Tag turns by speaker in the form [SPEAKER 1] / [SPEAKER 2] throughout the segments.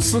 [SPEAKER 1] 思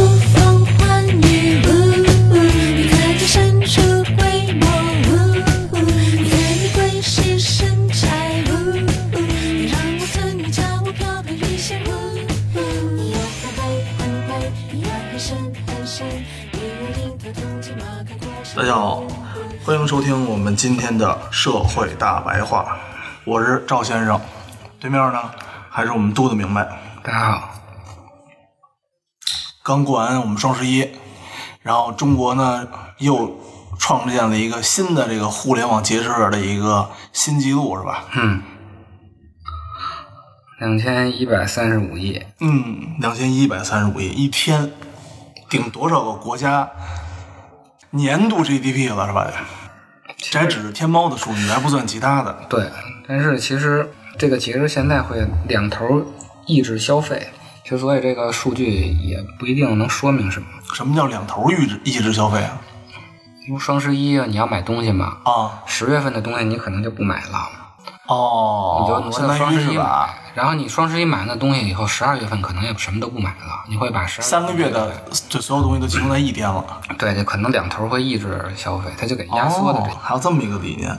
[SPEAKER 2] 风唤雨，呜呜，你可以神出鬼没，呜呜，你可以鬼使神差，呜呜，你让我吞你叫我飘飘欲仙，呜呜，你又很黑很黑，你又很深很深，你如迎头痛击马看过山。
[SPEAKER 1] 大家好，欢迎收听我们今天的社会大白话，我是赵先生，对面呢还是我们度的明白。
[SPEAKER 3] 大家好，
[SPEAKER 1] 刚过完我们双十一，然后中国呢又创建了一个新的这个互联网节日的一个新纪录，是吧？
[SPEAKER 3] 两千一百三十五亿，
[SPEAKER 1] 嗯，两千一百三十五亿一天，顶多少个国家年度 GDP 了，是吧？这还只是天猫的数据，还不算其他的。
[SPEAKER 3] 对。但是其实这个节日现在会两头抑制消费，其实所以这个数据也不一定能说明什么。
[SPEAKER 1] 什么叫两头抑制抑制消费啊？
[SPEAKER 3] 因为双十一啊，你要买东西嘛，
[SPEAKER 1] 啊
[SPEAKER 3] 十月份的东西你可能就不买了，你就
[SPEAKER 1] 哦，
[SPEAKER 3] 挪
[SPEAKER 1] 相
[SPEAKER 3] 到双
[SPEAKER 1] 当于
[SPEAKER 3] 十
[SPEAKER 1] 是
[SPEAKER 3] 一
[SPEAKER 1] 吧？
[SPEAKER 3] 买。然后你双十一买完的东西以后，十二月份可能也什么都不买了，你会把十
[SPEAKER 1] 三个月的这所有东西都集中在一天了，
[SPEAKER 3] 对，就可能两头会抑制消费，它就给压缩的这
[SPEAKER 1] 哦还有这么一个理念，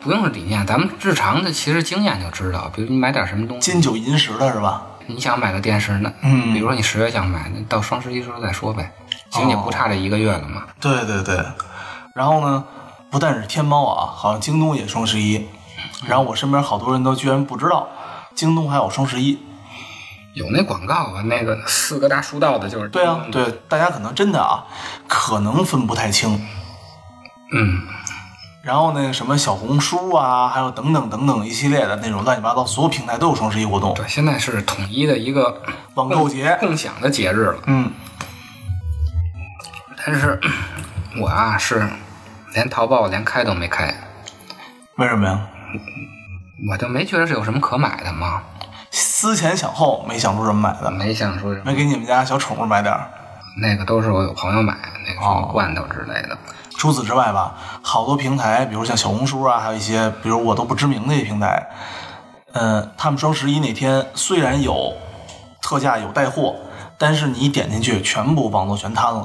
[SPEAKER 3] 不用是理念，咱们日常的其实经验就知道，比如你买点什么东西，
[SPEAKER 1] 金九银十的是吧？
[SPEAKER 3] 你想买个电视呢，
[SPEAKER 1] 嗯
[SPEAKER 3] 比如说你十月想买，那到双十一时候再说呗，其实也不差这一个月了嘛。
[SPEAKER 1] 对对对，然后呢，不但是天猫啊，好像京东也双十一，然后我身边好多人都居然不知道京东还有双十一。
[SPEAKER 3] 有那广告啊，那个四个大竖道的，就是嗯
[SPEAKER 1] 对啊，，对，大家可能真的啊，可能分不太清。
[SPEAKER 3] 嗯，
[SPEAKER 1] 然后呢，什么小红书啊，还有等等等等一系列的那种乱七八糟，所有平台都有双十一活动，
[SPEAKER 3] 对，现在是统一的一个
[SPEAKER 1] 网购节。
[SPEAKER 3] 共享的节日了。
[SPEAKER 1] 嗯，
[SPEAKER 3] 但是我啊是连淘宝我连开都没开，
[SPEAKER 1] 为什么呀？
[SPEAKER 3] 我就没觉得是有什么可买的嘛，
[SPEAKER 1] 思前想后，没想出什么买的，
[SPEAKER 3] 没想说什么
[SPEAKER 1] 没给你们家小宠物买点儿。
[SPEAKER 3] 那个都是我有朋友买，那个什么
[SPEAKER 1] 哦
[SPEAKER 3] 罐头之类的。
[SPEAKER 1] 除此之外吧，好多平台，比如像小红书啊，还有一些，比如我都不知名的一些平台，嗯，他们双十一那天虽然有特价有带货，但是你一点进去，全部网络全瘫了。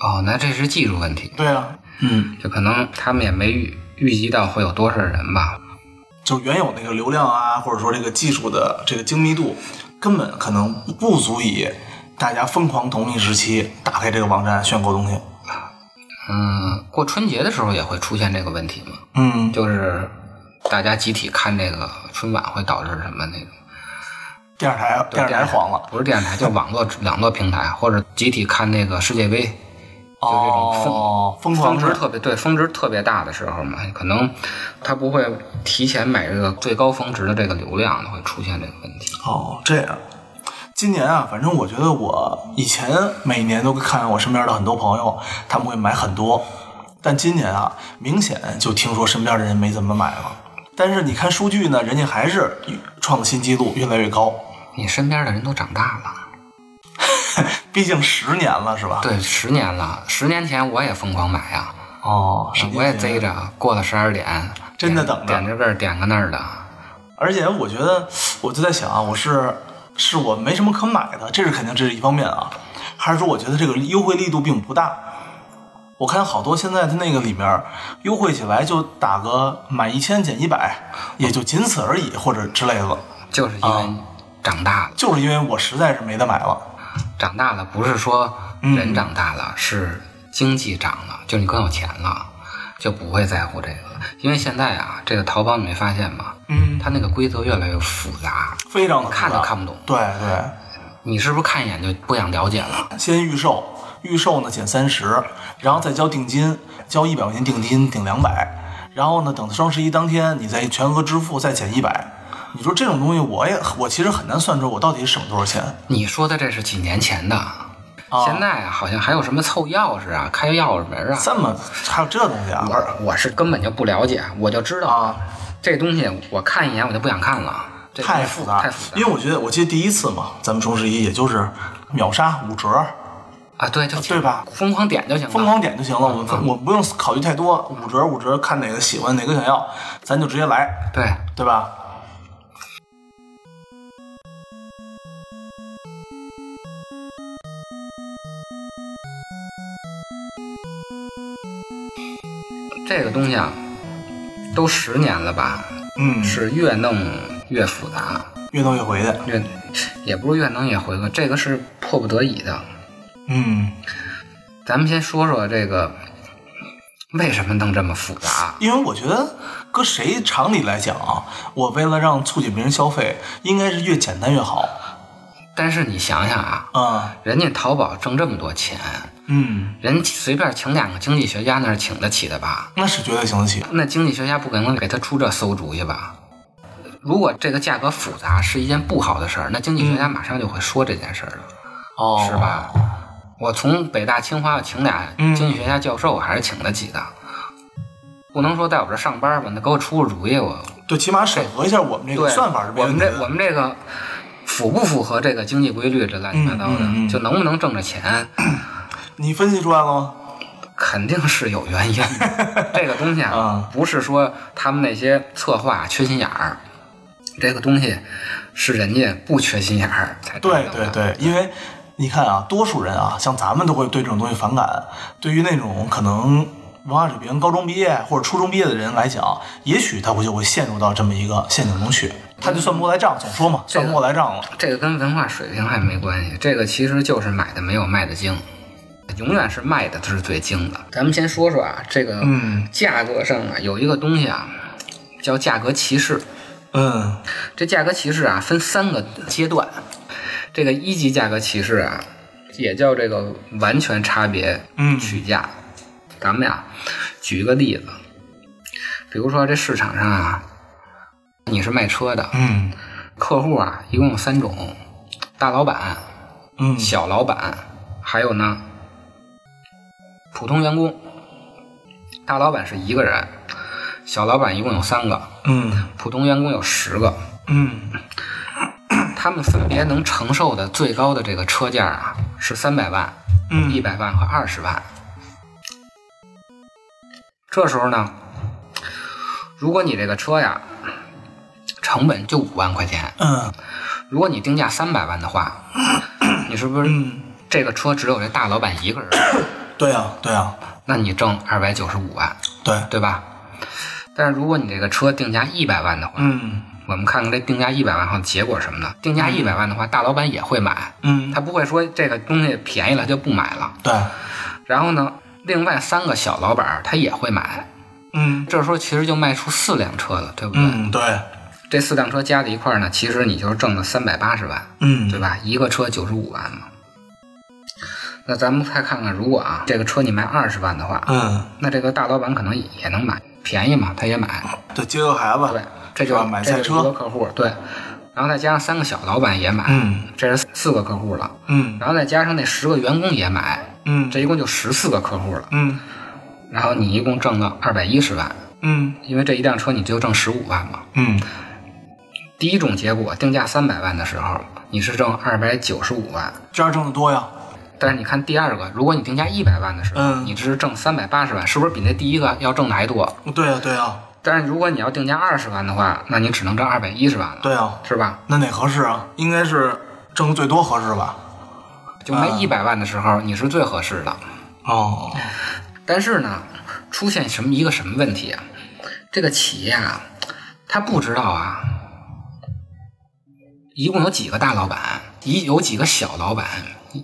[SPEAKER 3] 哦，那这是技术问题，
[SPEAKER 1] 对啊，嗯，
[SPEAKER 3] 就可能他们也没预预计到会有多少人吧。
[SPEAKER 1] 就是原有那个流量啊，或者说这个技术的这个精密度，根本可能不足以大家疯狂同一时期打开这个网站选购东西。
[SPEAKER 3] 嗯，过春节的时候也会出现这个问题嘛，
[SPEAKER 1] 嗯，
[SPEAKER 3] 就是大家集体看这个春晚会导致什么那种？
[SPEAKER 1] 电视台电视台黄了，
[SPEAKER 3] 不是电视台，就网络网络平台，或者集体看那个世界杯，就这种风
[SPEAKER 1] 哦，疯狂
[SPEAKER 3] 峰值
[SPEAKER 1] 的
[SPEAKER 3] 特别对峰值特别大的时候嘛，可能他不会提前买这个最高峰值的这个流量，会出现这个问题。
[SPEAKER 1] 哦，这样。今年啊，反正我觉得我以前每年都看我身边的很多朋友，他们会买很多，但今年啊，明显就听说身边的人没怎么买了。但是你看数据呢，人家还是创新纪录，越来越高。
[SPEAKER 3] 你身边的人都长大了，
[SPEAKER 1] 毕竟十年了，是吧？。
[SPEAKER 3] 对，十年了，十年前我也疯狂买呀、
[SPEAKER 1] 哦，十
[SPEAKER 3] 我也
[SPEAKER 1] 年前
[SPEAKER 3] 贼着，过了十二点，
[SPEAKER 1] 真的
[SPEAKER 3] 点
[SPEAKER 1] 等着
[SPEAKER 3] 点这个点个那儿的，
[SPEAKER 1] 而且我觉得，我就在想啊，我是是我没什么可买的，这是肯定，这是一方面啊，还是说我觉得这个优惠力度并不大。我看好多现在它那个里面优惠起来就打个满一千减一百，也就仅此而已，或者之类的。
[SPEAKER 3] 就是因
[SPEAKER 1] 哦
[SPEAKER 3] 为长大了，
[SPEAKER 1] 就是因为我实在是没得买了，
[SPEAKER 3] 长大了不是说
[SPEAKER 1] 嗯
[SPEAKER 3] 人长大了，是经济长了，就你更有钱了，就不会在乎这个了。因为现在啊，这个淘宝你没发现吗？
[SPEAKER 1] 嗯，
[SPEAKER 3] 它那个规则越来越复杂，
[SPEAKER 1] 非常的
[SPEAKER 3] 看都看不懂。
[SPEAKER 1] 对对，
[SPEAKER 3] 你是不是看一眼就不想了解了？
[SPEAKER 1] 先预售，预售呢减三十，然后再交定金，交一百块钱定金顶两百，然后呢等双十一当天你再全额支付再减一百。你说这种东西，我也我其实很难算出我到底省多少钱。
[SPEAKER 3] 你说的这是几年前的，
[SPEAKER 1] 哦
[SPEAKER 3] 现在啊，好像还有什么凑钥匙啊、开钥匙门啊，
[SPEAKER 1] 这么还有这东西啊？
[SPEAKER 3] 我我是根本就不了解，我就知道
[SPEAKER 1] 啊，
[SPEAKER 3] 这东西我看一眼我就不想看了，这
[SPEAKER 1] 太复杂，
[SPEAKER 3] 太复杂
[SPEAKER 1] 因为我觉得，我记得第一次嘛，咱们双十一也就是秒杀五折，
[SPEAKER 3] 啊！对，就
[SPEAKER 1] 对吧
[SPEAKER 3] 疯狂点就行了，
[SPEAKER 1] 疯狂点就行了。我我不用考虑太多，五折五折，看哪个喜欢哪个想要，咱就直接来，
[SPEAKER 3] 对。
[SPEAKER 1] 对吧？
[SPEAKER 3] 这个东西啊，都十年了吧，
[SPEAKER 1] 嗯，
[SPEAKER 3] 是越弄越复杂，
[SPEAKER 1] 越弄越回去。
[SPEAKER 3] 越也不是越弄越回归，这个是迫不得已的。
[SPEAKER 1] 嗯，
[SPEAKER 3] 咱们先说说这个为什么弄这么复杂？
[SPEAKER 1] 因为我觉得，搁谁常理来讲啊，我为了让促进别人消费，应该是越简单越好。
[SPEAKER 3] 但是你想想啊，
[SPEAKER 1] 啊，
[SPEAKER 3] 人家淘宝挣这么多钱，
[SPEAKER 1] 嗯，
[SPEAKER 3] 人随便请两个经济学家那是请得起的吧？
[SPEAKER 1] 那是绝对行得起。
[SPEAKER 3] 那经济学家不可能给他出这馊主意吧？如果这个价格复杂是一件不好的事儿，那经济学家马上就会说这件事儿了。
[SPEAKER 1] 哦，
[SPEAKER 3] 是？吧？我从北大、清华要请俩
[SPEAKER 1] 嗯
[SPEAKER 3] 经济学家教授，我还是请得起的。不能说在我这上班吧，那给我出个主意，我
[SPEAKER 1] 对，起码审核一下我们这个
[SPEAKER 3] 对
[SPEAKER 1] 算法是没
[SPEAKER 3] 我
[SPEAKER 1] 问
[SPEAKER 3] 们
[SPEAKER 1] 题
[SPEAKER 3] 这我
[SPEAKER 1] 的。
[SPEAKER 3] 们这个符不符合这个经济规律，这乱七八糟的，
[SPEAKER 1] 嗯嗯嗯
[SPEAKER 3] 就能不能挣着钱，
[SPEAKER 1] 你分析出来了吗？
[SPEAKER 3] 肯定是有原因 的。这个东西
[SPEAKER 1] 啊
[SPEAKER 3] 啊，不是说他们那些策划缺心眼儿，这个东西是人家不缺心眼儿才
[SPEAKER 1] 对
[SPEAKER 3] 弄
[SPEAKER 1] 对
[SPEAKER 3] 的
[SPEAKER 1] 对，因为你看啊，多数人啊，像咱们都会对这种东西反感。对于那种可能文化水平高中毕业或者初中毕业的人来讲，也许他会就会陷入到这么一个陷阱中去，他就算不过来账，总说嘛，
[SPEAKER 3] 这
[SPEAKER 1] 算
[SPEAKER 3] 个
[SPEAKER 1] 不过来账了。
[SPEAKER 3] 这个跟文化水平还没关系，这个其实就是买的没有卖的精，永远是卖的是最精的。咱们先说说啊，这个
[SPEAKER 1] 嗯
[SPEAKER 3] 价格上啊，有一个东西啊，叫价格歧视。
[SPEAKER 1] 嗯
[SPEAKER 3] 这价格歧视啊，分三个阶段。这个一级价格歧视啊，也叫这个完全差别
[SPEAKER 1] 嗯
[SPEAKER 3] 取价。咱们呀，举一个例子，比如说这市场上啊，你是卖车的，
[SPEAKER 1] 嗯
[SPEAKER 3] 客户啊，一共有三种：大老板、
[SPEAKER 1] 嗯，
[SPEAKER 3] 小老板，还有呢，普通员工。大老板是一个人，小老板一共有三个，
[SPEAKER 1] 嗯
[SPEAKER 3] 普通员工有十个。
[SPEAKER 1] 嗯
[SPEAKER 3] 他们分别能承受的最高的这个车价啊，是三百万、一
[SPEAKER 1] 嗯
[SPEAKER 3] 百万和二十万。这时候呢，如果你这个车呀，成本就五万块钱，
[SPEAKER 1] 嗯
[SPEAKER 3] 如果你定价三百万 的话，你是不是
[SPEAKER 1] 嗯，
[SPEAKER 3] 这个车只有这大老板一 个人，
[SPEAKER 1] 对呀、对呀、
[SPEAKER 3] 那你挣二百九十五万，
[SPEAKER 1] 对，
[SPEAKER 3] 对吧？但是如果你这个车定价一百万的话，
[SPEAKER 1] 嗯
[SPEAKER 3] 我们看看这定价一百万后的结果是什么呢？定价一百万的话，大老板也会买，
[SPEAKER 1] 嗯，
[SPEAKER 3] 他不会说这个东西便宜了就不买了。
[SPEAKER 1] 对，
[SPEAKER 3] 然后呢，另外三个小老板儿他也会买，
[SPEAKER 1] 嗯
[SPEAKER 3] 这时候其实就卖出四辆车了，对不对？
[SPEAKER 1] 嗯对，
[SPEAKER 3] 这四辆车加在一块儿呢，其实你就是挣了三百八十万。
[SPEAKER 1] 嗯
[SPEAKER 3] 对吧？一个车九十五万嘛。那咱们再看看，如果啊这个车你卖二十万的话，
[SPEAKER 1] 嗯，
[SPEAKER 3] 那这个大老板可能也能买，便宜嘛，他也买。
[SPEAKER 1] 对，接个孩
[SPEAKER 3] 对
[SPEAKER 1] 子，，
[SPEAKER 3] 这
[SPEAKER 1] 是
[SPEAKER 3] 就
[SPEAKER 1] 吧嗯啊买菜
[SPEAKER 3] 这就是一
[SPEAKER 1] 车
[SPEAKER 3] 个客户对，然后再加上三个小老板也买，
[SPEAKER 1] 嗯
[SPEAKER 3] 这是四个客户了。
[SPEAKER 1] 嗯
[SPEAKER 3] 然后再加上那十个员工也买，
[SPEAKER 1] 嗯
[SPEAKER 3] 这一共就十四个客户了。
[SPEAKER 1] 嗯
[SPEAKER 3] 然后你一共挣了二百一十万，
[SPEAKER 1] 嗯
[SPEAKER 3] 因为这一辆车你就挣十五万嘛。
[SPEAKER 1] 嗯
[SPEAKER 3] 第一种结果，定价三百万的时候，你是挣二百九十五万，
[SPEAKER 1] 这样挣得多呀。
[SPEAKER 3] 但是你看第二个，如果你定价一百万的时候，
[SPEAKER 1] 嗯
[SPEAKER 3] 你只是挣三百八十万，是不是比那第一个要挣的还多？
[SPEAKER 1] 对呀、对呀、
[SPEAKER 3] 但是如果你要定价二十万的话，那你只能挣二百一十万了，
[SPEAKER 1] 对呀、啊，
[SPEAKER 3] 是吧？
[SPEAKER 1] 那哪合适啊？应该是挣得最多合适吧？
[SPEAKER 3] 就卖
[SPEAKER 1] 嗯
[SPEAKER 3] 一百万的时候，你是最合适的。
[SPEAKER 1] 哦，
[SPEAKER 3] 但是呢，出现什么一个什么问题啊？这个企业啊，他不知道啊，一共有几个大老板，一有几个小老板，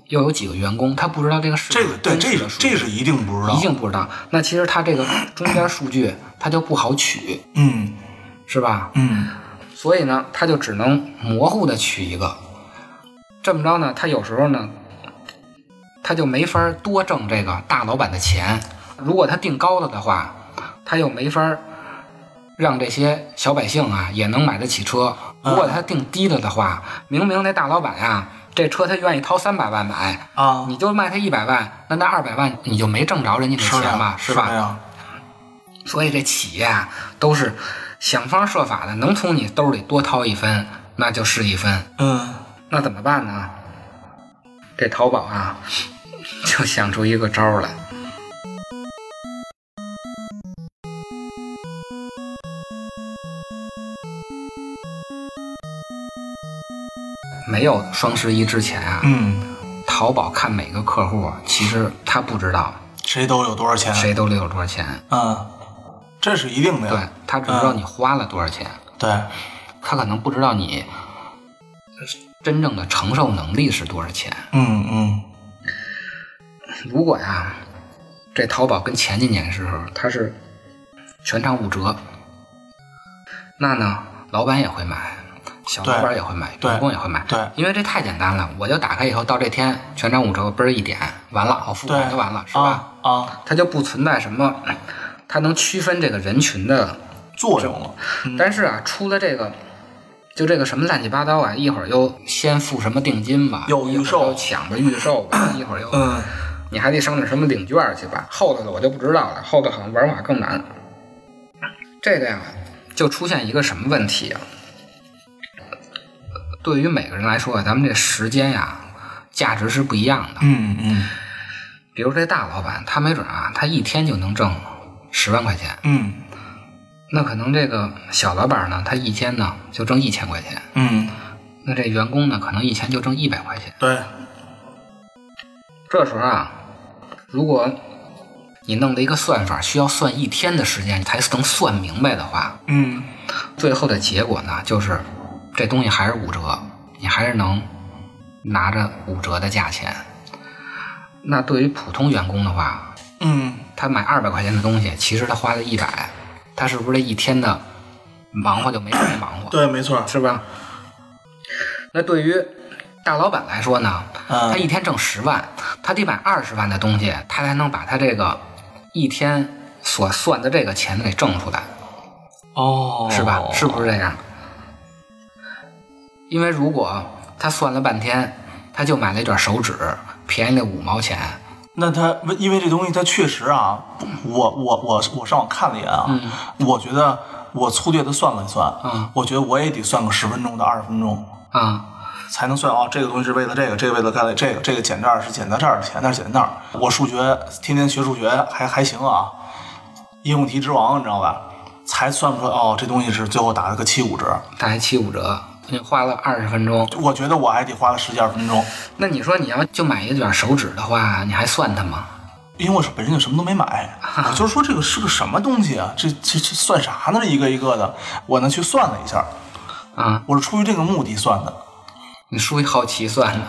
[SPEAKER 3] 又有几个员工，他不知道这个是
[SPEAKER 1] 这个对，这是这是一定不知道。
[SPEAKER 3] 一定不知道。那其实他这个中间数据，他就不好取，
[SPEAKER 1] 嗯
[SPEAKER 3] 是吧？
[SPEAKER 1] 嗯
[SPEAKER 3] 所以呢，他就只能模糊的取一个。这么着呢，他有时候呢，他就没法多挣这个大老板的钱。如果他定高了的话，他又没法让这些小百姓啊也能买得起车。
[SPEAKER 1] 嗯
[SPEAKER 3] 如果他定低了的话，明明那大老板啊，这车他愿意掏三百万买，
[SPEAKER 1] 啊，
[SPEAKER 3] 你就卖他一百万，那那二百万你就没挣着人家的
[SPEAKER 1] 是
[SPEAKER 3] 钱
[SPEAKER 1] 呀
[SPEAKER 3] 嘛，
[SPEAKER 1] 是
[SPEAKER 3] 吧？
[SPEAKER 1] 呀，
[SPEAKER 3] 所以这企业啊，都是想方设法的能从你兜里多掏一分，那就是一分。
[SPEAKER 1] 嗯，
[SPEAKER 3] 那怎么办呢？这淘宝啊，就想出一个招儿来。没有双十一之前啊，
[SPEAKER 1] 嗯，
[SPEAKER 3] 淘宝看每个客户，其实他不知道
[SPEAKER 1] 谁都有多少钱？
[SPEAKER 3] 谁兜里有多少钱，
[SPEAKER 1] 嗯，这是一定的
[SPEAKER 3] 对
[SPEAKER 1] 呀。
[SPEAKER 3] 他只知道你花了多少钱，
[SPEAKER 1] 对，
[SPEAKER 3] 他可能不知道你真正的承受能力是多少钱。
[SPEAKER 1] 嗯嗯
[SPEAKER 3] 如果呀，这淘宝跟前几年的时候它是全场五折，那呢，老板也会买，小老板也会买，
[SPEAKER 1] 对
[SPEAKER 3] 员工也会买，
[SPEAKER 1] 对
[SPEAKER 3] 因为这太简单了，我就打开以后到这天全场五折，嘣儿一点，完了，哦我付款
[SPEAKER 1] 对
[SPEAKER 3] 就完了，是吧？
[SPEAKER 1] 啊啊，
[SPEAKER 3] 它就不存在什么，它能区分这个人群的
[SPEAKER 1] 作用了。
[SPEAKER 3] 但是啊，出了这个，就这个什么乱七八糟啊，一会儿又先付什么定金吧，
[SPEAKER 1] 又预售
[SPEAKER 3] 一会儿又抢着预售吧， 一会儿又，
[SPEAKER 1] 嗯
[SPEAKER 3] 你还得上点什么领券去吧。后头的我就不知道了，后头好像玩法更难。这个呀，就出现一个什么问题啊？对于每个人来说啊，咱们这时间呀，价值是不一样的。
[SPEAKER 1] 嗯嗯
[SPEAKER 3] 比如这大老板，他没准啊，他一天就能挣十万块钱。
[SPEAKER 1] 嗯
[SPEAKER 3] 那可能这个小老板呢，他一天呢就挣一千块钱，
[SPEAKER 1] 嗯，
[SPEAKER 3] 那这员工呢可能一天就挣一百块钱。
[SPEAKER 1] 对，
[SPEAKER 3] 这时候啊，如果你弄了一个算法，需要算一天的时间才能算明白的话，
[SPEAKER 1] 嗯
[SPEAKER 3] 最后的结果呢就是这东西还是五折，你还是能拿着五折的价钱。那对于普通员工的话，
[SPEAKER 1] 嗯，
[SPEAKER 3] 他买二百块钱的东西，其实他花了一百，他是不是这一天的忙活就没白忙活？
[SPEAKER 1] 对，没错儿。
[SPEAKER 3] 是吧？那对于大老板来说呢，
[SPEAKER 1] 嗯
[SPEAKER 3] 他一天挣十万，他得买二十万的东西，他才能把他这个一天所算的这个钱给挣出来，
[SPEAKER 1] 哦
[SPEAKER 3] 是吧？是不是这样？因为如果他算了半天，他就买了一卷手纸，便宜了五毛钱，
[SPEAKER 1] 那他因为这东西，它确实啊，不我我我我上网看了一眼啊，我觉得我粗略的算了一算，
[SPEAKER 3] 嗯
[SPEAKER 1] 我觉得我也得算个十分钟到二十分钟，
[SPEAKER 3] 啊、
[SPEAKER 1] 才能算啊、哦这个东西是为了这个，这个为了干了这个，这个减这儿是减到这儿，减那儿减那儿。我数学天天学数学还还行啊，应用题之王，你知道吧？才算不出来哦，这东西是最后打了个七五折。
[SPEAKER 3] 大概七五折，你花了二十分钟。
[SPEAKER 1] 我觉得我还得花了十几二十分钟，
[SPEAKER 3] 那你说你要就买一卷手纸的话，你还算它吗？
[SPEAKER 1] 因为我是本身就什么都没买，我就是说这个是个什么东西啊？这这这算啥呢？一个一个的，我呢去算了一下，
[SPEAKER 3] 啊、
[SPEAKER 1] 我是出于这个目的算的。
[SPEAKER 3] 你出于好奇算的。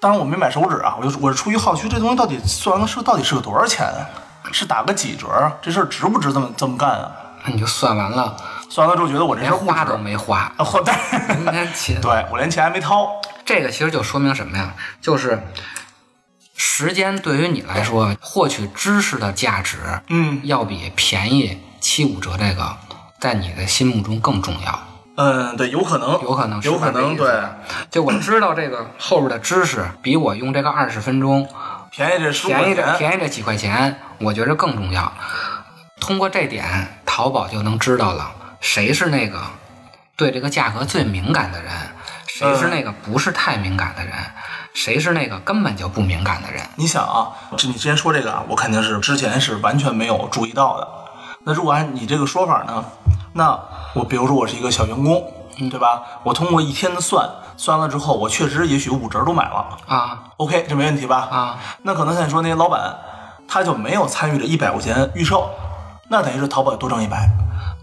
[SPEAKER 1] 当然我没买手指啊，我就我是出于好奇，这东西到底算完了是到底是个多少钱啊？是打个几折啊？这事儿值不值这么这么干啊？
[SPEAKER 3] 那你就算完了，
[SPEAKER 1] 算完了之后觉得我这事
[SPEAKER 3] 连
[SPEAKER 1] 儿不
[SPEAKER 3] 花
[SPEAKER 1] 值。
[SPEAKER 3] 都嗯没花
[SPEAKER 1] 啊， 后代，
[SPEAKER 3] 你看钱，
[SPEAKER 1] 对我连钱还没掏，
[SPEAKER 3] 这个其实就说明什么呀？就是时间对于你来说，获取知识的价值，
[SPEAKER 1] 嗯
[SPEAKER 3] 要比便宜七五折这个，在你的心目中更重要。
[SPEAKER 1] 嗯，对，有可能，
[SPEAKER 3] 有可能，
[SPEAKER 1] 有可能，
[SPEAKER 3] 是吧
[SPEAKER 1] 对，。
[SPEAKER 3] 就我知道这个后边的知识，比我用这个二十分钟
[SPEAKER 1] 便宜这十五
[SPEAKER 3] 便
[SPEAKER 1] 块
[SPEAKER 3] 宜这
[SPEAKER 1] 钱，
[SPEAKER 3] 便宜这几块钱，我觉着更重要。通过这点，淘宝就能知道了谁是那个对这个价格最敏感的人，谁是那个不是太敏感的人，谁是那个根本就不敏感的人。
[SPEAKER 1] 你想啊，这你之前说这个啊，我肯定是之前是完全没有注意到的。那如果按你这个说法呢，那我比如说我是一个小员工，
[SPEAKER 3] 嗯
[SPEAKER 1] 对吧？我通过一天的算，算了之后，我确实也许五折都买了
[SPEAKER 3] 啊
[SPEAKER 1] ，OK，这没问题吧？
[SPEAKER 3] 啊，
[SPEAKER 1] 那可能像你说那些老板，他就没有参与这一百块钱预售，那等于是淘宝多挣一百，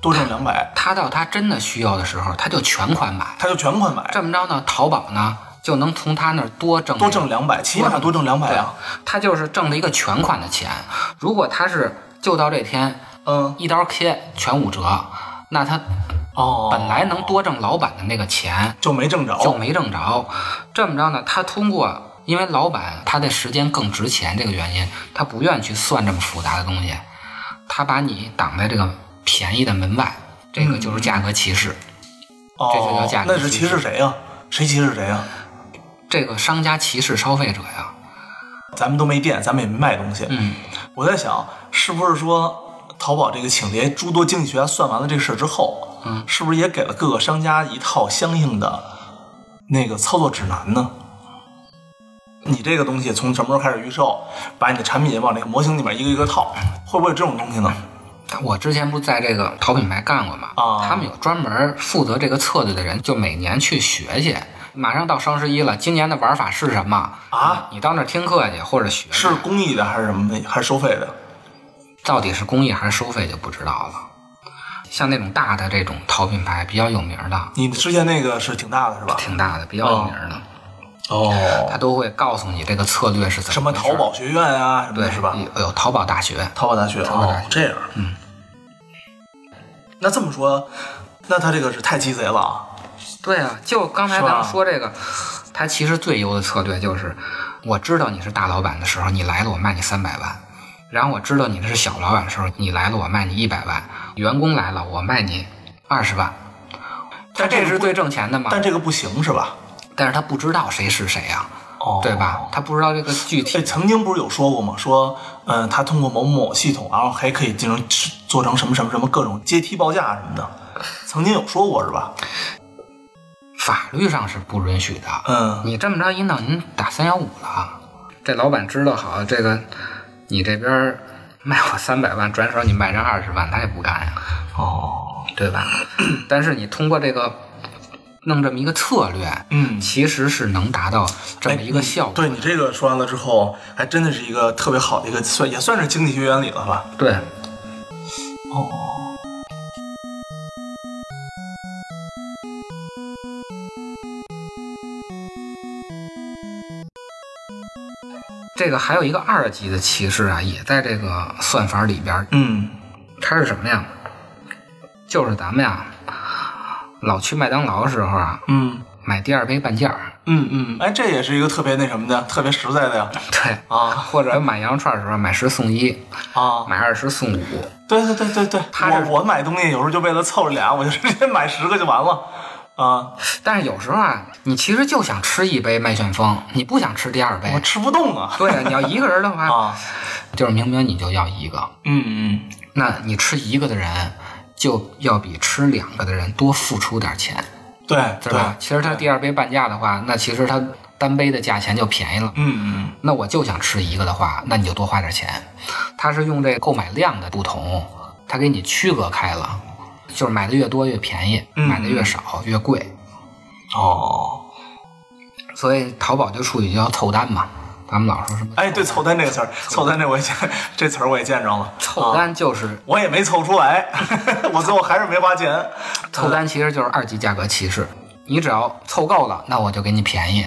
[SPEAKER 1] 多挣两百，
[SPEAKER 3] 他到他真的需要的时候，他就全款买。
[SPEAKER 1] 他就全款买，
[SPEAKER 3] 这么着呢，淘宝呢就能从他那儿多挣
[SPEAKER 1] 多挣两百，起码多挣两百啊。
[SPEAKER 3] 他就是挣了一个全款的钱。如果他是就到这天
[SPEAKER 1] 嗯，
[SPEAKER 3] 一刀切全五折，那他
[SPEAKER 1] 哦，
[SPEAKER 3] 本来能多挣老板的那个钱，
[SPEAKER 1] 就没挣着，
[SPEAKER 3] 就没挣着。这么着呢，他通过因为老板他的时间更值钱这个原因，他不愿意去算这么复杂的东西，他把你挡在这个便宜的门外，这个
[SPEAKER 1] 嗯
[SPEAKER 3] 就是价格歧视。
[SPEAKER 1] 哦，
[SPEAKER 3] 这就叫价格
[SPEAKER 1] 那是歧视谁呀、啊谁歧视谁呀、啊
[SPEAKER 3] 这个商家歧视消费者呀，
[SPEAKER 1] 咱们都没店，咱们也没卖东西。
[SPEAKER 3] 嗯，
[SPEAKER 1] 啊我在想，是不是说淘宝这个请这些诸多经济学家算完了这个事儿之后，
[SPEAKER 3] 嗯
[SPEAKER 1] 是不是也给了各个商家一套相应的那个操作指南呢？你这个东西从什么时候开始预售，把你的产品往那个模型里面一个一个套，会不会有这种东西呢？
[SPEAKER 3] 但我之前不是在这个淘品牌干过嘛，
[SPEAKER 1] 啊
[SPEAKER 3] 他们有专门负责这个策略的人，就每年去学去。马上到双十一了，今年的玩法是什么
[SPEAKER 1] 啊？
[SPEAKER 3] 你到那儿听课去或者学去，
[SPEAKER 1] 是公益的还是什么的？还是收费的？
[SPEAKER 3] 到底是公益还是收费就不知道了。像那种大的这种淘品牌比较有名的，
[SPEAKER 1] 你之前那个是挺大的是吧？
[SPEAKER 3] 挺大的比较有名的，
[SPEAKER 1] 哦
[SPEAKER 3] 他，都会告诉你这个策略是怎么
[SPEAKER 1] 什么
[SPEAKER 3] 回
[SPEAKER 1] 淘
[SPEAKER 3] 事
[SPEAKER 1] 宝学院啊什么
[SPEAKER 3] 对
[SPEAKER 1] 的是吧？
[SPEAKER 3] 有有淘宝大学，
[SPEAKER 1] 淘宝大学
[SPEAKER 3] 淘宝大
[SPEAKER 1] 哦
[SPEAKER 3] 学，
[SPEAKER 1] 这样，嗯。那这么说，那他这个是太鸡贼了啊！
[SPEAKER 3] 对啊，就刚才
[SPEAKER 1] 是吧
[SPEAKER 3] 咱们说这个，他其实最优的策略就是，我知道你是大老板的时候，你来了我卖你三百万；然后我知道你是小老板的时候，你来了我卖你一百万；员工来了我卖你二十万。他
[SPEAKER 1] 但这
[SPEAKER 3] 这
[SPEAKER 1] 个
[SPEAKER 3] 是
[SPEAKER 1] 不
[SPEAKER 3] 最挣钱的嘛？
[SPEAKER 1] 但这个不行是吧？
[SPEAKER 3] 但是他不知道谁是谁啊呀、
[SPEAKER 1] 哦
[SPEAKER 3] 对吧？他不知道这个具
[SPEAKER 1] 这
[SPEAKER 3] 体。
[SPEAKER 1] 曾经不是有说过吗？说，嗯、他通过某某系统，然后还可以进行做成什么什么什么各种阶梯报价什么的，曾经有说过是吧？
[SPEAKER 3] 法律上是不允许的。
[SPEAKER 1] 嗯，
[SPEAKER 3] 你这么着引导您打三幺五了，这老板知道好这个，你这边儿卖我三百万，转手你卖人二十万，他也不干呀。
[SPEAKER 1] 哦，
[SPEAKER 3] 对 吧？但是你通过这个弄这么一个策略，
[SPEAKER 1] 嗯哎
[SPEAKER 3] 其实是能达到这么一个效果。
[SPEAKER 1] 对你这个说完了之后，还真的是一个特别好的一个算，也算是经济学原理了吧？
[SPEAKER 3] 对，
[SPEAKER 1] 哦
[SPEAKER 3] 这个还有一个二级的歧视啊，也在这个算法里边儿。
[SPEAKER 1] 嗯，
[SPEAKER 3] 它是什么呀？就是咱们呀，老去麦当劳的时候啊，
[SPEAKER 1] 嗯
[SPEAKER 3] 买第二杯半价儿，
[SPEAKER 1] 嗯嗯，哎，这也是一个特别那什么的，特别实在的呀。
[SPEAKER 3] 对，
[SPEAKER 1] 啊
[SPEAKER 3] 或者买羊肉串儿的时候买十送一，
[SPEAKER 1] 啊，
[SPEAKER 3] 买二十送五，
[SPEAKER 1] 对对对对对，
[SPEAKER 3] 他是
[SPEAKER 1] 我我买东西有时候就为了凑这俩，我就直接买十个就完了啊，
[SPEAKER 3] 但是有时候啊，你其实就想吃一杯麦旋风，你不想吃第二杯
[SPEAKER 1] 我。吃不动啊
[SPEAKER 3] 对啊，你要一个人的话，
[SPEAKER 1] 啊，
[SPEAKER 3] 就是明明你就要一个，
[SPEAKER 1] 嗯嗯，
[SPEAKER 3] 那你吃一个的人就要比吃两个的人多付出点钱，
[SPEAKER 1] 对
[SPEAKER 3] 对
[SPEAKER 1] 对，
[SPEAKER 3] 吧？其实他第二杯半价的话，那其实他单杯的价钱就便宜了。
[SPEAKER 1] 嗯
[SPEAKER 3] 那我就想吃一个的话，那你就多花点钱。他是用这购买量的不同，他给你区隔开了，就是买的越多越便宜，
[SPEAKER 1] 嗯
[SPEAKER 3] 买的越少越贵。
[SPEAKER 1] 嗯，哦，
[SPEAKER 3] 所以淘宝就属于叫凑单嘛，咱们老说什么？
[SPEAKER 1] 哎，对，凑单这个词儿，凑单这我也见，这词儿我也见着了，
[SPEAKER 3] 凑
[SPEAKER 1] 啊，
[SPEAKER 3] 单就是、
[SPEAKER 1] 我也没凑出来， 我最后还是没花钱，
[SPEAKER 3] 凑单，其实就是二级价格歧视。你只要凑够了，那我就给你便宜；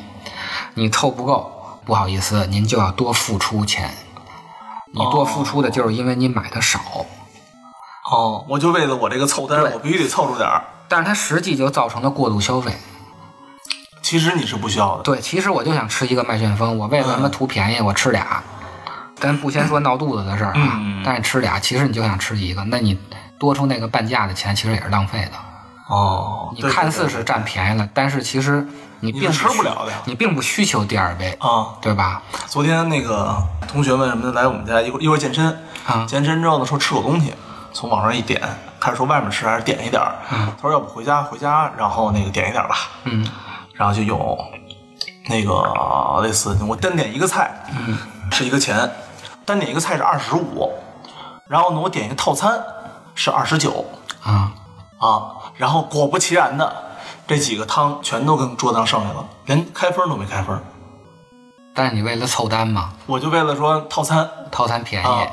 [SPEAKER 3] 你凑不够，不好意思，您就要多付出钱。你多付出的就是因为你买的少，
[SPEAKER 1] 哦，我就为了我这个凑单，
[SPEAKER 3] 对
[SPEAKER 1] 我必须得凑出点儿。
[SPEAKER 3] 但是它实际就造成了过度消费。
[SPEAKER 1] 其实你是不需要的，
[SPEAKER 3] 对，其实我就想吃一个麦旋风，我为了
[SPEAKER 1] 嗯
[SPEAKER 3] 他妈图便宜，我吃俩。咱不先说闹肚子的事儿啊，
[SPEAKER 1] 嗯
[SPEAKER 3] 但是吃俩，其实你就想吃一个，那你多出那个半价的钱，其实也是浪费的。
[SPEAKER 1] 哦
[SPEAKER 3] 你看似是占便宜了，但是其实你
[SPEAKER 1] 你
[SPEAKER 3] 并
[SPEAKER 1] 是吃不
[SPEAKER 3] 需
[SPEAKER 1] 了的呀
[SPEAKER 3] 你并不需求第二杯，
[SPEAKER 1] 啊，
[SPEAKER 3] 对吧？
[SPEAKER 1] 昨天那个同学们什么的来我们家一会儿一会儿健身，
[SPEAKER 3] 啊
[SPEAKER 1] 健身之后呢说吃口东西，从网上一点，开始说外面吃还是点一点儿，他说要不回家回家，然后那个点一点儿吧，
[SPEAKER 3] 嗯，
[SPEAKER 1] 然后就有那个类似我单点一个菜，是一个钱，单点一个菜是二十五，然后呢我点一个套餐是二十九
[SPEAKER 3] 啊，
[SPEAKER 1] 啊，然后果不其然的这几个汤全都跟桌子上剩下了，连开封都没开封，
[SPEAKER 3] 但是你为了凑单嘛，
[SPEAKER 1] 我就为了说套餐。
[SPEAKER 3] 套餐便宜、
[SPEAKER 1] 啊，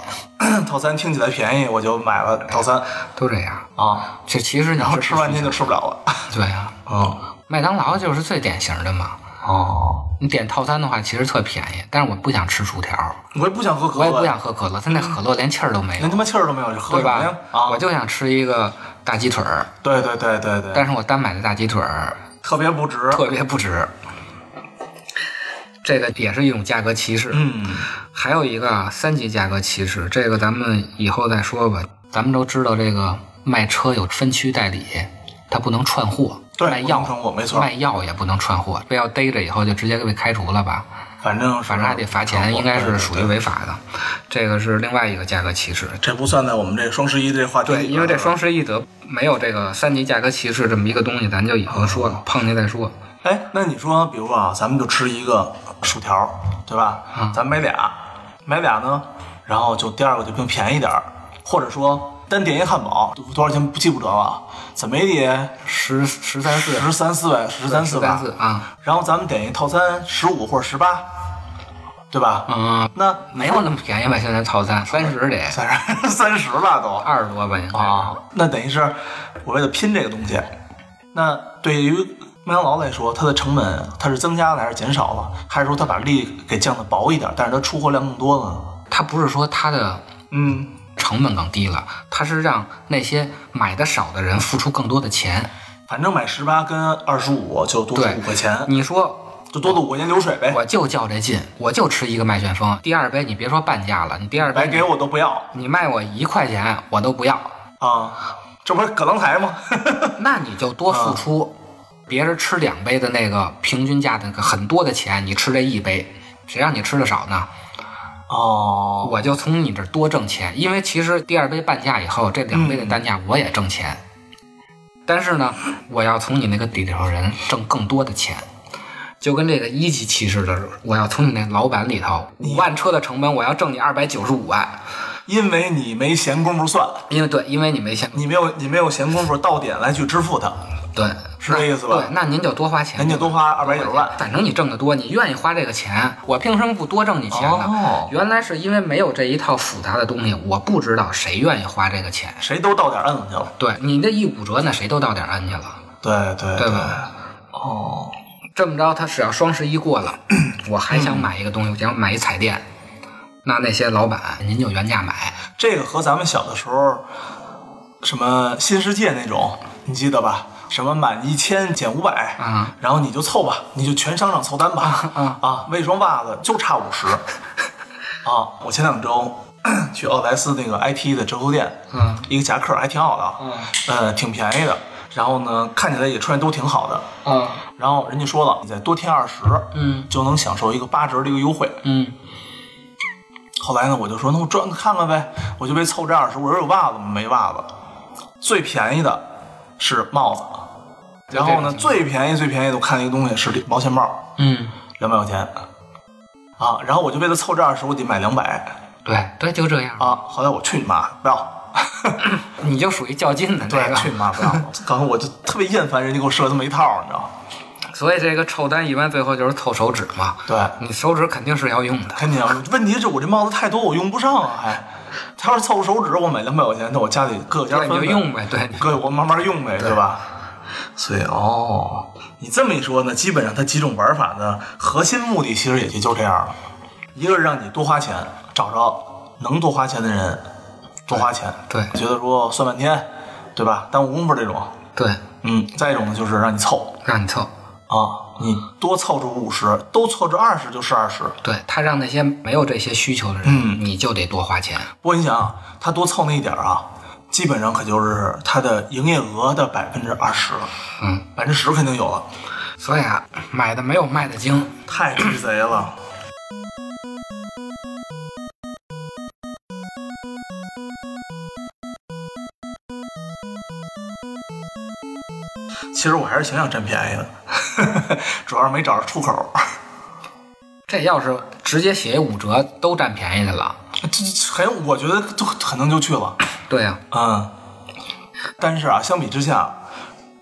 [SPEAKER 1] 套餐听起来便宜，我就买了套餐
[SPEAKER 3] 都这样。
[SPEAKER 1] 啊，
[SPEAKER 3] 这其实你
[SPEAKER 1] 然后
[SPEAKER 3] 是
[SPEAKER 1] 吃半天就
[SPEAKER 3] 不需
[SPEAKER 1] 吃不了了。
[SPEAKER 3] 要对啊，
[SPEAKER 1] 哦
[SPEAKER 3] 麦当劳就是最典型的嘛。
[SPEAKER 1] 哦，
[SPEAKER 3] 你点套餐的话，其实特便宜，但是我不想吃薯条，
[SPEAKER 1] 我也不想喝可
[SPEAKER 3] 我也
[SPEAKER 1] 乐，
[SPEAKER 3] 不想喝可乐，他那可乐连气儿都没
[SPEAKER 1] 连他
[SPEAKER 3] 有，
[SPEAKER 1] 妈气儿都没有，就喝
[SPEAKER 3] 对
[SPEAKER 1] 什么
[SPEAKER 3] 吧
[SPEAKER 1] 呀？？啊，
[SPEAKER 3] 我就想吃一个大鸡腿儿，
[SPEAKER 1] 对对对对对，
[SPEAKER 3] 但是我单买的大鸡腿儿
[SPEAKER 1] 特别不值。
[SPEAKER 3] 特别不值。这个也是一种价格歧视。
[SPEAKER 1] 嗯
[SPEAKER 3] 还有一个啊，三级价格歧视，这个咱们以后再说吧。咱们都知道，这个卖车有分区代理，他不能串货，
[SPEAKER 1] 对
[SPEAKER 3] 卖
[SPEAKER 1] 不能串
[SPEAKER 3] 药
[SPEAKER 1] 货没错
[SPEAKER 3] 卖药也不能串货，非要逮着以后就直接给开除了吧？
[SPEAKER 1] 反正
[SPEAKER 3] 反正还得罚
[SPEAKER 1] 嗯
[SPEAKER 3] 钱，应该是属于
[SPEAKER 1] 于
[SPEAKER 3] 违法的。这个是另外一个价格歧视。
[SPEAKER 1] 这不算在我们这双十一这话题里
[SPEAKER 3] 对，
[SPEAKER 1] 边
[SPEAKER 3] 嗯因为这双十一得没有这个三级价格歧视这么一个东西，咱就以后说了，碰见再说。
[SPEAKER 1] 哎，那你说，比如啊，咱们就吃一个薯条，对吧？
[SPEAKER 3] 嗯
[SPEAKER 1] 咱买俩，买俩呢，然后就第二个就更便宜点儿，或者说单点一汉堡多少钱不记不得了，怎么也得
[SPEAKER 3] 十十三四，
[SPEAKER 1] 十三四百，十三四吧
[SPEAKER 3] 三。四啊，
[SPEAKER 1] 然后咱们点一套餐十五或者十八，对吧？
[SPEAKER 3] 嗯，
[SPEAKER 1] 那
[SPEAKER 3] 没有那么便宜吧？现在套餐三十得
[SPEAKER 1] 三十 三十吧都
[SPEAKER 3] 二十多吧，应该
[SPEAKER 1] 啊，那等于是我为了拼这个东西，那对于麦当劳来说，它的成本它是增加了还是减少了，还是说它把利给降的薄一点，但是它出货量更多了呢？
[SPEAKER 3] 它不是说它的
[SPEAKER 1] 嗯，
[SPEAKER 3] 成本更低了，它是让那些买的少的人付出更多的钱。
[SPEAKER 1] 反正买十八跟二十五就多
[SPEAKER 3] 对
[SPEAKER 1] 五块钱，
[SPEAKER 3] 你说
[SPEAKER 1] 就多了五块钱流水呗，
[SPEAKER 3] 我就较这劲，我就吃一个麦旋风，第二杯你别说半价了，你第二
[SPEAKER 1] 白
[SPEAKER 3] 杯
[SPEAKER 1] 给我都不要
[SPEAKER 3] 你卖我一块钱我都不要，
[SPEAKER 1] 啊，这不是葛朗台吗？
[SPEAKER 3] 那你就多
[SPEAKER 1] 嗯
[SPEAKER 3] 付出别人吃两杯的那个平均价的那个很多的钱，你吃这一杯，谁让你吃的少呢？
[SPEAKER 1] 哦，
[SPEAKER 3] 我就从你这儿多挣钱，因为其实第二杯半价以后，这两
[SPEAKER 1] 嗯
[SPEAKER 3] 杯的单价我也挣钱，但是呢，我要从你那个里头人挣更多的钱，就跟这个一级歧视的，我要从你那老板里头五万车的成本，我要挣你二百九十五万，
[SPEAKER 1] 因为你没闲工夫算，
[SPEAKER 3] 因为对，因为你没钱，
[SPEAKER 1] 你没有你没有闲工夫到点来去支付它，
[SPEAKER 3] 对，
[SPEAKER 1] 是这意思吧
[SPEAKER 3] 对，那您就多花钱，
[SPEAKER 1] 那你就多花二百九十万。
[SPEAKER 3] 哎反正你挣得多，你愿意花这个钱，我凭什么不多挣你钱呢？
[SPEAKER 1] 哦
[SPEAKER 3] 原来是因为没有这一套复杂的东西，我不知道谁愿意花这个钱。
[SPEAKER 1] 谁都到点摁了去了，
[SPEAKER 3] 对你这一五折呢，谁都到点儿安去了，
[SPEAKER 1] 对对
[SPEAKER 3] 对吧？
[SPEAKER 1] 哦，
[SPEAKER 3] 这么着，他只要双十一过了，我还想买一个东西，我想买一彩电，那那些老板您就原价买，
[SPEAKER 1] 这个和咱们小的时候，什么新世界那种，你记得吧？什么满一千减五百
[SPEAKER 3] 啊，
[SPEAKER 1] 然后你就凑吧，你就全商场凑单吧，啊为一双袜子就差五 十，啊，我前两周 去奥莱斯那个 IT 的折扣店，
[SPEAKER 3] 嗯，
[SPEAKER 1] 一个夹克还挺好的，
[SPEAKER 3] 嗯，
[SPEAKER 1] 呃，挺便宜的，然后呢，看起来也穿都挺好的，
[SPEAKER 3] 嗯
[SPEAKER 1] 然后人家说了，你再多添二十，
[SPEAKER 3] 嗯
[SPEAKER 1] 就能享受一个八折的一个优惠，
[SPEAKER 3] 嗯
[SPEAKER 1] 后来呢，我就说那我转看看呗，我就被凑这二十。我说有袜子吗？没袜子。最便宜的是帽子，然后呢，
[SPEAKER 3] 就这种情况
[SPEAKER 1] 最便宜最便宜的我看了一个东西是毛线帽，
[SPEAKER 3] 嗯，
[SPEAKER 1] 两百块钱啊。然后我就为了凑这二十，我得买两百
[SPEAKER 3] 对对，就这样，
[SPEAKER 1] 啊。后来我去你妈，不要！
[SPEAKER 3] 你就属于较劲的那
[SPEAKER 1] 去
[SPEAKER 3] 个。
[SPEAKER 1] 你妈，不要！刚才我就特别厌烦人家给我设这么一套，你知道吗？
[SPEAKER 3] 所以这个凑单一般最后就是凑手指嘛，
[SPEAKER 1] 对，
[SPEAKER 3] 你手指肯定是要用的。
[SPEAKER 1] 肯定要。问题是我这帽子太多，我用不上啊，还、他要是凑手指，我买两百块钱，那我家里各个家
[SPEAKER 3] 对，
[SPEAKER 1] 分
[SPEAKER 3] 你就
[SPEAKER 1] 分
[SPEAKER 3] 用呗，对，
[SPEAKER 1] 各位，我慢慢用呗，对吧？所以哦，你这么一说呢，基本上它几种玩法的核心目的其实也也就这样了，一个是让你多花钱，找着能多花钱的人多花钱，
[SPEAKER 3] 对
[SPEAKER 1] 觉得说算半天，对吧？耽误功夫这种，
[SPEAKER 3] 对，
[SPEAKER 1] 嗯，再一种呢就是让你凑
[SPEAKER 3] 让你凑，
[SPEAKER 1] 啊，你多凑出五十，都凑出二十就是二十。
[SPEAKER 3] 对他让那些没有这些需求的人，
[SPEAKER 1] 嗯
[SPEAKER 3] 你就得多花钱。
[SPEAKER 1] 不过你想啊，他多凑那一点儿啊，基本上可就是他的营业额的百分之二十了，
[SPEAKER 3] 嗯，
[SPEAKER 1] 百分之十肯定有了。
[SPEAKER 3] 所以啊，买的没有卖的精。
[SPEAKER 1] 太鸡贼了。其实我还是挺想占便宜的， 主要是没找着出口。
[SPEAKER 3] 这要是直接写五折都占便宜的了。
[SPEAKER 1] 这这很，我觉得就可能就去了。
[SPEAKER 3] 对啊呀、
[SPEAKER 1] 嗯，但是啊，相比之下，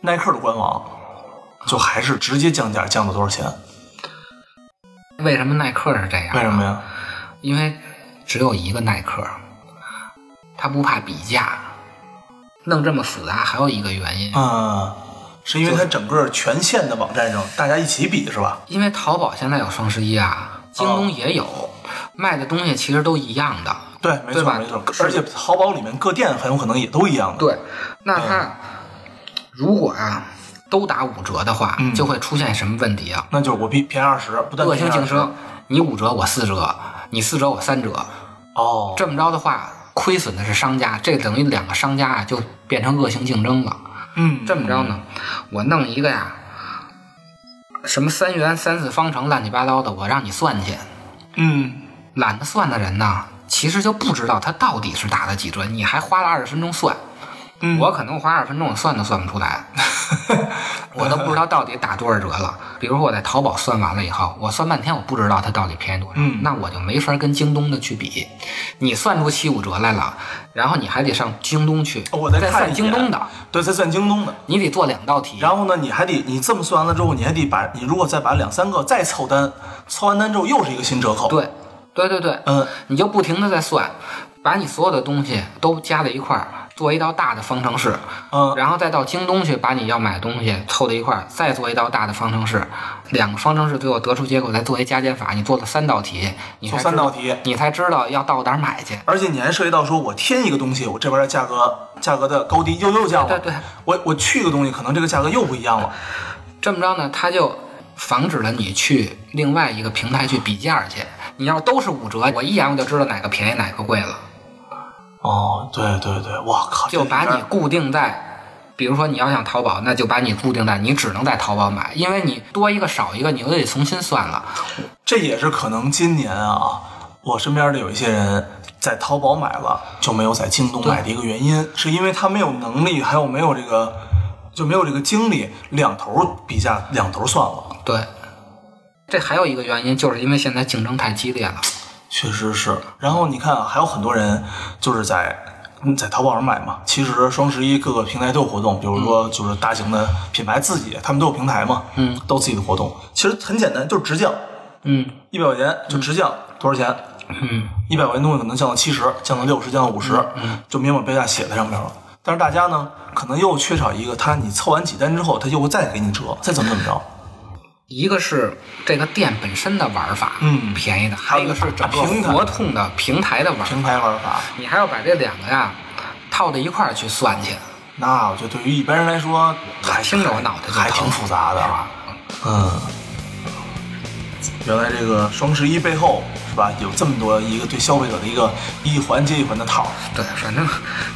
[SPEAKER 1] 耐克的官网就还是直接降价，降了多少钱？
[SPEAKER 3] 为什么耐克是这样？
[SPEAKER 1] 为什么？呀？
[SPEAKER 3] 因为只有一个耐克，他不怕比价。弄这么复杂，还有一个原因，
[SPEAKER 1] 嗯，是因为它整个全线的网站上大家一起比是吧？
[SPEAKER 3] 因为淘宝现在有双十一啊，京
[SPEAKER 1] 哦
[SPEAKER 3] 东也有，卖的东西其实都一样的。
[SPEAKER 1] 对，没
[SPEAKER 3] 对
[SPEAKER 1] 错
[SPEAKER 3] 吧
[SPEAKER 1] 没错，
[SPEAKER 3] 是
[SPEAKER 1] 而且淘宝里面各店很有可能也都一样的。，
[SPEAKER 3] 对，那他如果啊都打五折的话，
[SPEAKER 1] 嗯
[SPEAKER 3] 就会出现什么问题啊？
[SPEAKER 1] 那就是我便便宜二十，不啊但
[SPEAKER 3] 恶性
[SPEAKER 1] 便宜
[SPEAKER 3] 竞
[SPEAKER 1] 20
[SPEAKER 3] 争，你五折我四折，你四折我三折，
[SPEAKER 1] 哦，
[SPEAKER 3] 这么着的话，亏损的是商家，这等于两个商家啊就变成恶性竞争了。
[SPEAKER 1] 嗯
[SPEAKER 3] 这么着呢，我弄一个呀，什么三元、三次方程，乱七八糟的，我让你算去。
[SPEAKER 1] 嗯，
[SPEAKER 3] 懒得算的人呢，其实就不知道他到底是打的几折，你还花了二十分钟算。
[SPEAKER 1] 嗯
[SPEAKER 3] 我可能花二十分钟我算都算不出来， 我都不知道到底打多少折了。比如说我在淘宝算完了以后，我算半天我不知道它到底便宜多少，
[SPEAKER 1] 嗯
[SPEAKER 3] 那我就没法跟京东的去比。你算出七五折来了，然后你还得上京东去，
[SPEAKER 1] 哦我再看
[SPEAKER 3] 算
[SPEAKER 1] 一
[SPEAKER 3] 京
[SPEAKER 1] 眼
[SPEAKER 3] 东的，，
[SPEAKER 1] 嗯对，再算京东的。
[SPEAKER 3] 你得做两道题。
[SPEAKER 1] 然后呢，你还得你这么算完了之后，你还得把你如果再把两三个再凑单，凑完单之后又是一个新折扣。，
[SPEAKER 3] 对，对对对，
[SPEAKER 1] 嗯，
[SPEAKER 3] 你就不停的在算，把你所有的东西都加在一块儿，做一道大的方程式，
[SPEAKER 1] 嗯
[SPEAKER 3] 然后再到京东去把你要买的东西凑在一块儿，再做一道大的方程式，两个方程式最后得出结果，再做一加减法，你做了三道题，你才
[SPEAKER 1] 做三
[SPEAKER 3] 知道
[SPEAKER 1] 道题
[SPEAKER 3] 你才知道要到哪儿买去。
[SPEAKER 1] 而且你还涉及到说，我添一个东西，我这边的价格价格的高低又又降了。
[SPEAKER 3] 对对
[SPEAKER 1] 我我去一个东西，可能这个价格又不一样了。
[SPEAKER 3] 这么着呢，它就防止了你去另外一个平台去比价去。你要都是五折，我一眼我就知道哪个便宜哪个贵了。
[SPEAKER 1] 哦，对对对，我靠，
[SPEAKER 3] 就把
[SPEAKER 1] 这里
[SPEAKER 3] 你
[SPEAKER 1] 边
[SPEAKER 3] 固定在，比如说你要想淘宝，那就把你固定在你只能在淘宝买，因为你多一个少一个，你又得重新算了。
[SPEAKER 1] 这也是可能今年啊，我身边的有一些人在淘宝买了就没有在京东买的一个原因，是因为他没有能力，还有没有这个就没有这个精力，两头比价，两头算了。
[SPEAKER 3] 对，这还有一个原因，就是因为现在竞争太激烈了。
[SPEAKER 1] 确实是。然后你看啊，还有很多人就是在嗯在淘宝上买嘛。其实双十一各个平台都有活动，比如说就是大型的品牌自己，他们都有平台嘛，
[SPEAKER 3] 嗯，
[SPEAKER 1] 都有自己的活动。其实很简单，就是直降
[SPEAKER 3] 嗯
[SPEAKER 1] 一百块钱就直降、多少钱，
[SPEAKER 3] 嗯，
[SPEAKER 1] 一百块钱东西可能降到七十，降到六十，降到五十、就明码标价写在上面了。但是大家呢，可能又缺少一个，他你凑完几单之后，他又会再给你折，再怎么怎么着。
[SPEAKER 3] 一个是这个店本身的玩法，
[SPEAKER 1] 嗯
[SPEAKER 3] 便宜的，
[SPEAKER 1] 还
[SPEAKER 3] 还
[SPEAKER 1] 有
[SPEAKER 3] 有
[SPEAKER 1] 一
[SPEAKER 3] 一
[SPEAKER 1] 个
[SPEAKER 3] 个是整
[SPEAKER 1] 平台
[SPEAKER 3] 个活动的平台的玩法，
[SPEAKER 1] 嗯平台玩法，
[SPEAKER 3] 你还要把这两个呀套到一块儿去算去。
[SPEAKER 1] 那我觉得对于一般人来说，还
[SPEAKER 3] 听着我脑袋就
[SPEAKER 1] 还
[SPEAKER 3] 疼
[SPEAKER 1] 挺复杂的
[SPEAKER 3] 是吧？
[SPEAKER 1] 嗯，原来这个双十一背后是吧，有这么多一个对消费者的一个一环接一环的套儿。
[SPEAKER 3] 对，反正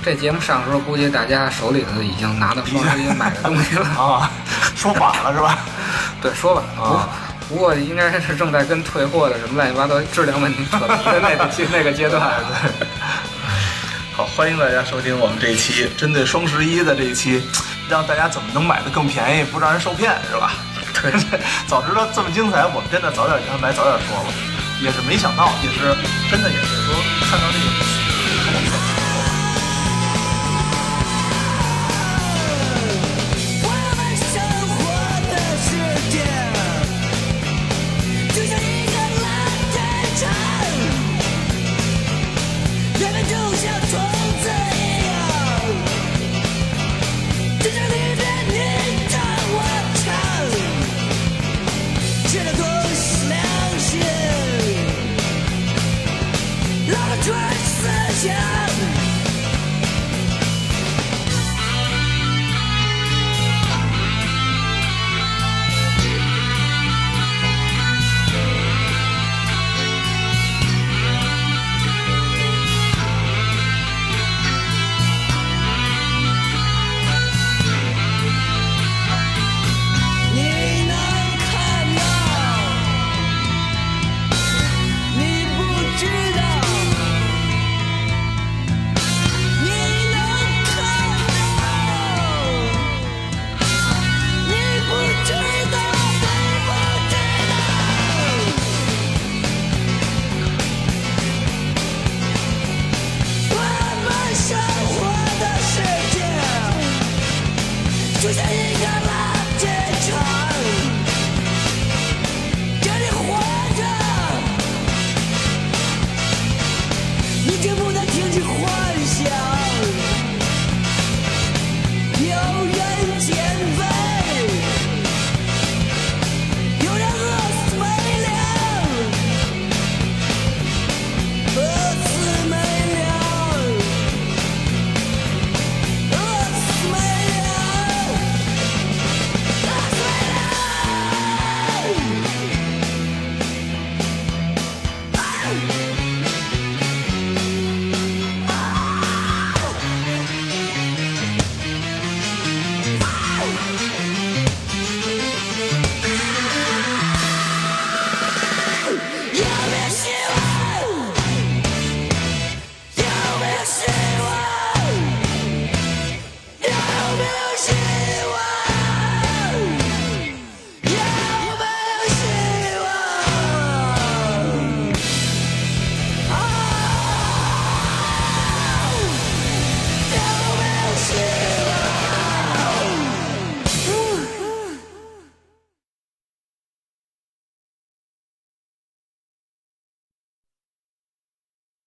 [SPEAKER 3] 这节目上的时候，估计大家手里头已经拿到双十一买的东西了。
[SPEAKER 1] 啊， 说反了是吧？
[SPEAKER 3] 对，说吧，
[SPEAKER 1] 啊
[SPEAKER 3] 不不过应该是正在跟退货的什么乱七八糟质量问题扯皮的那个阶那个阶段。
[SPEAKER 1] 好，欢迎大家收听我们这一期针对双十一的这一期，让大家怎么能买的更便宜，不让人受骗是吧？ 对，早知道这么精彩，我们真的早点安排，早点说了，也是没想到，也是真的也是说看到这个。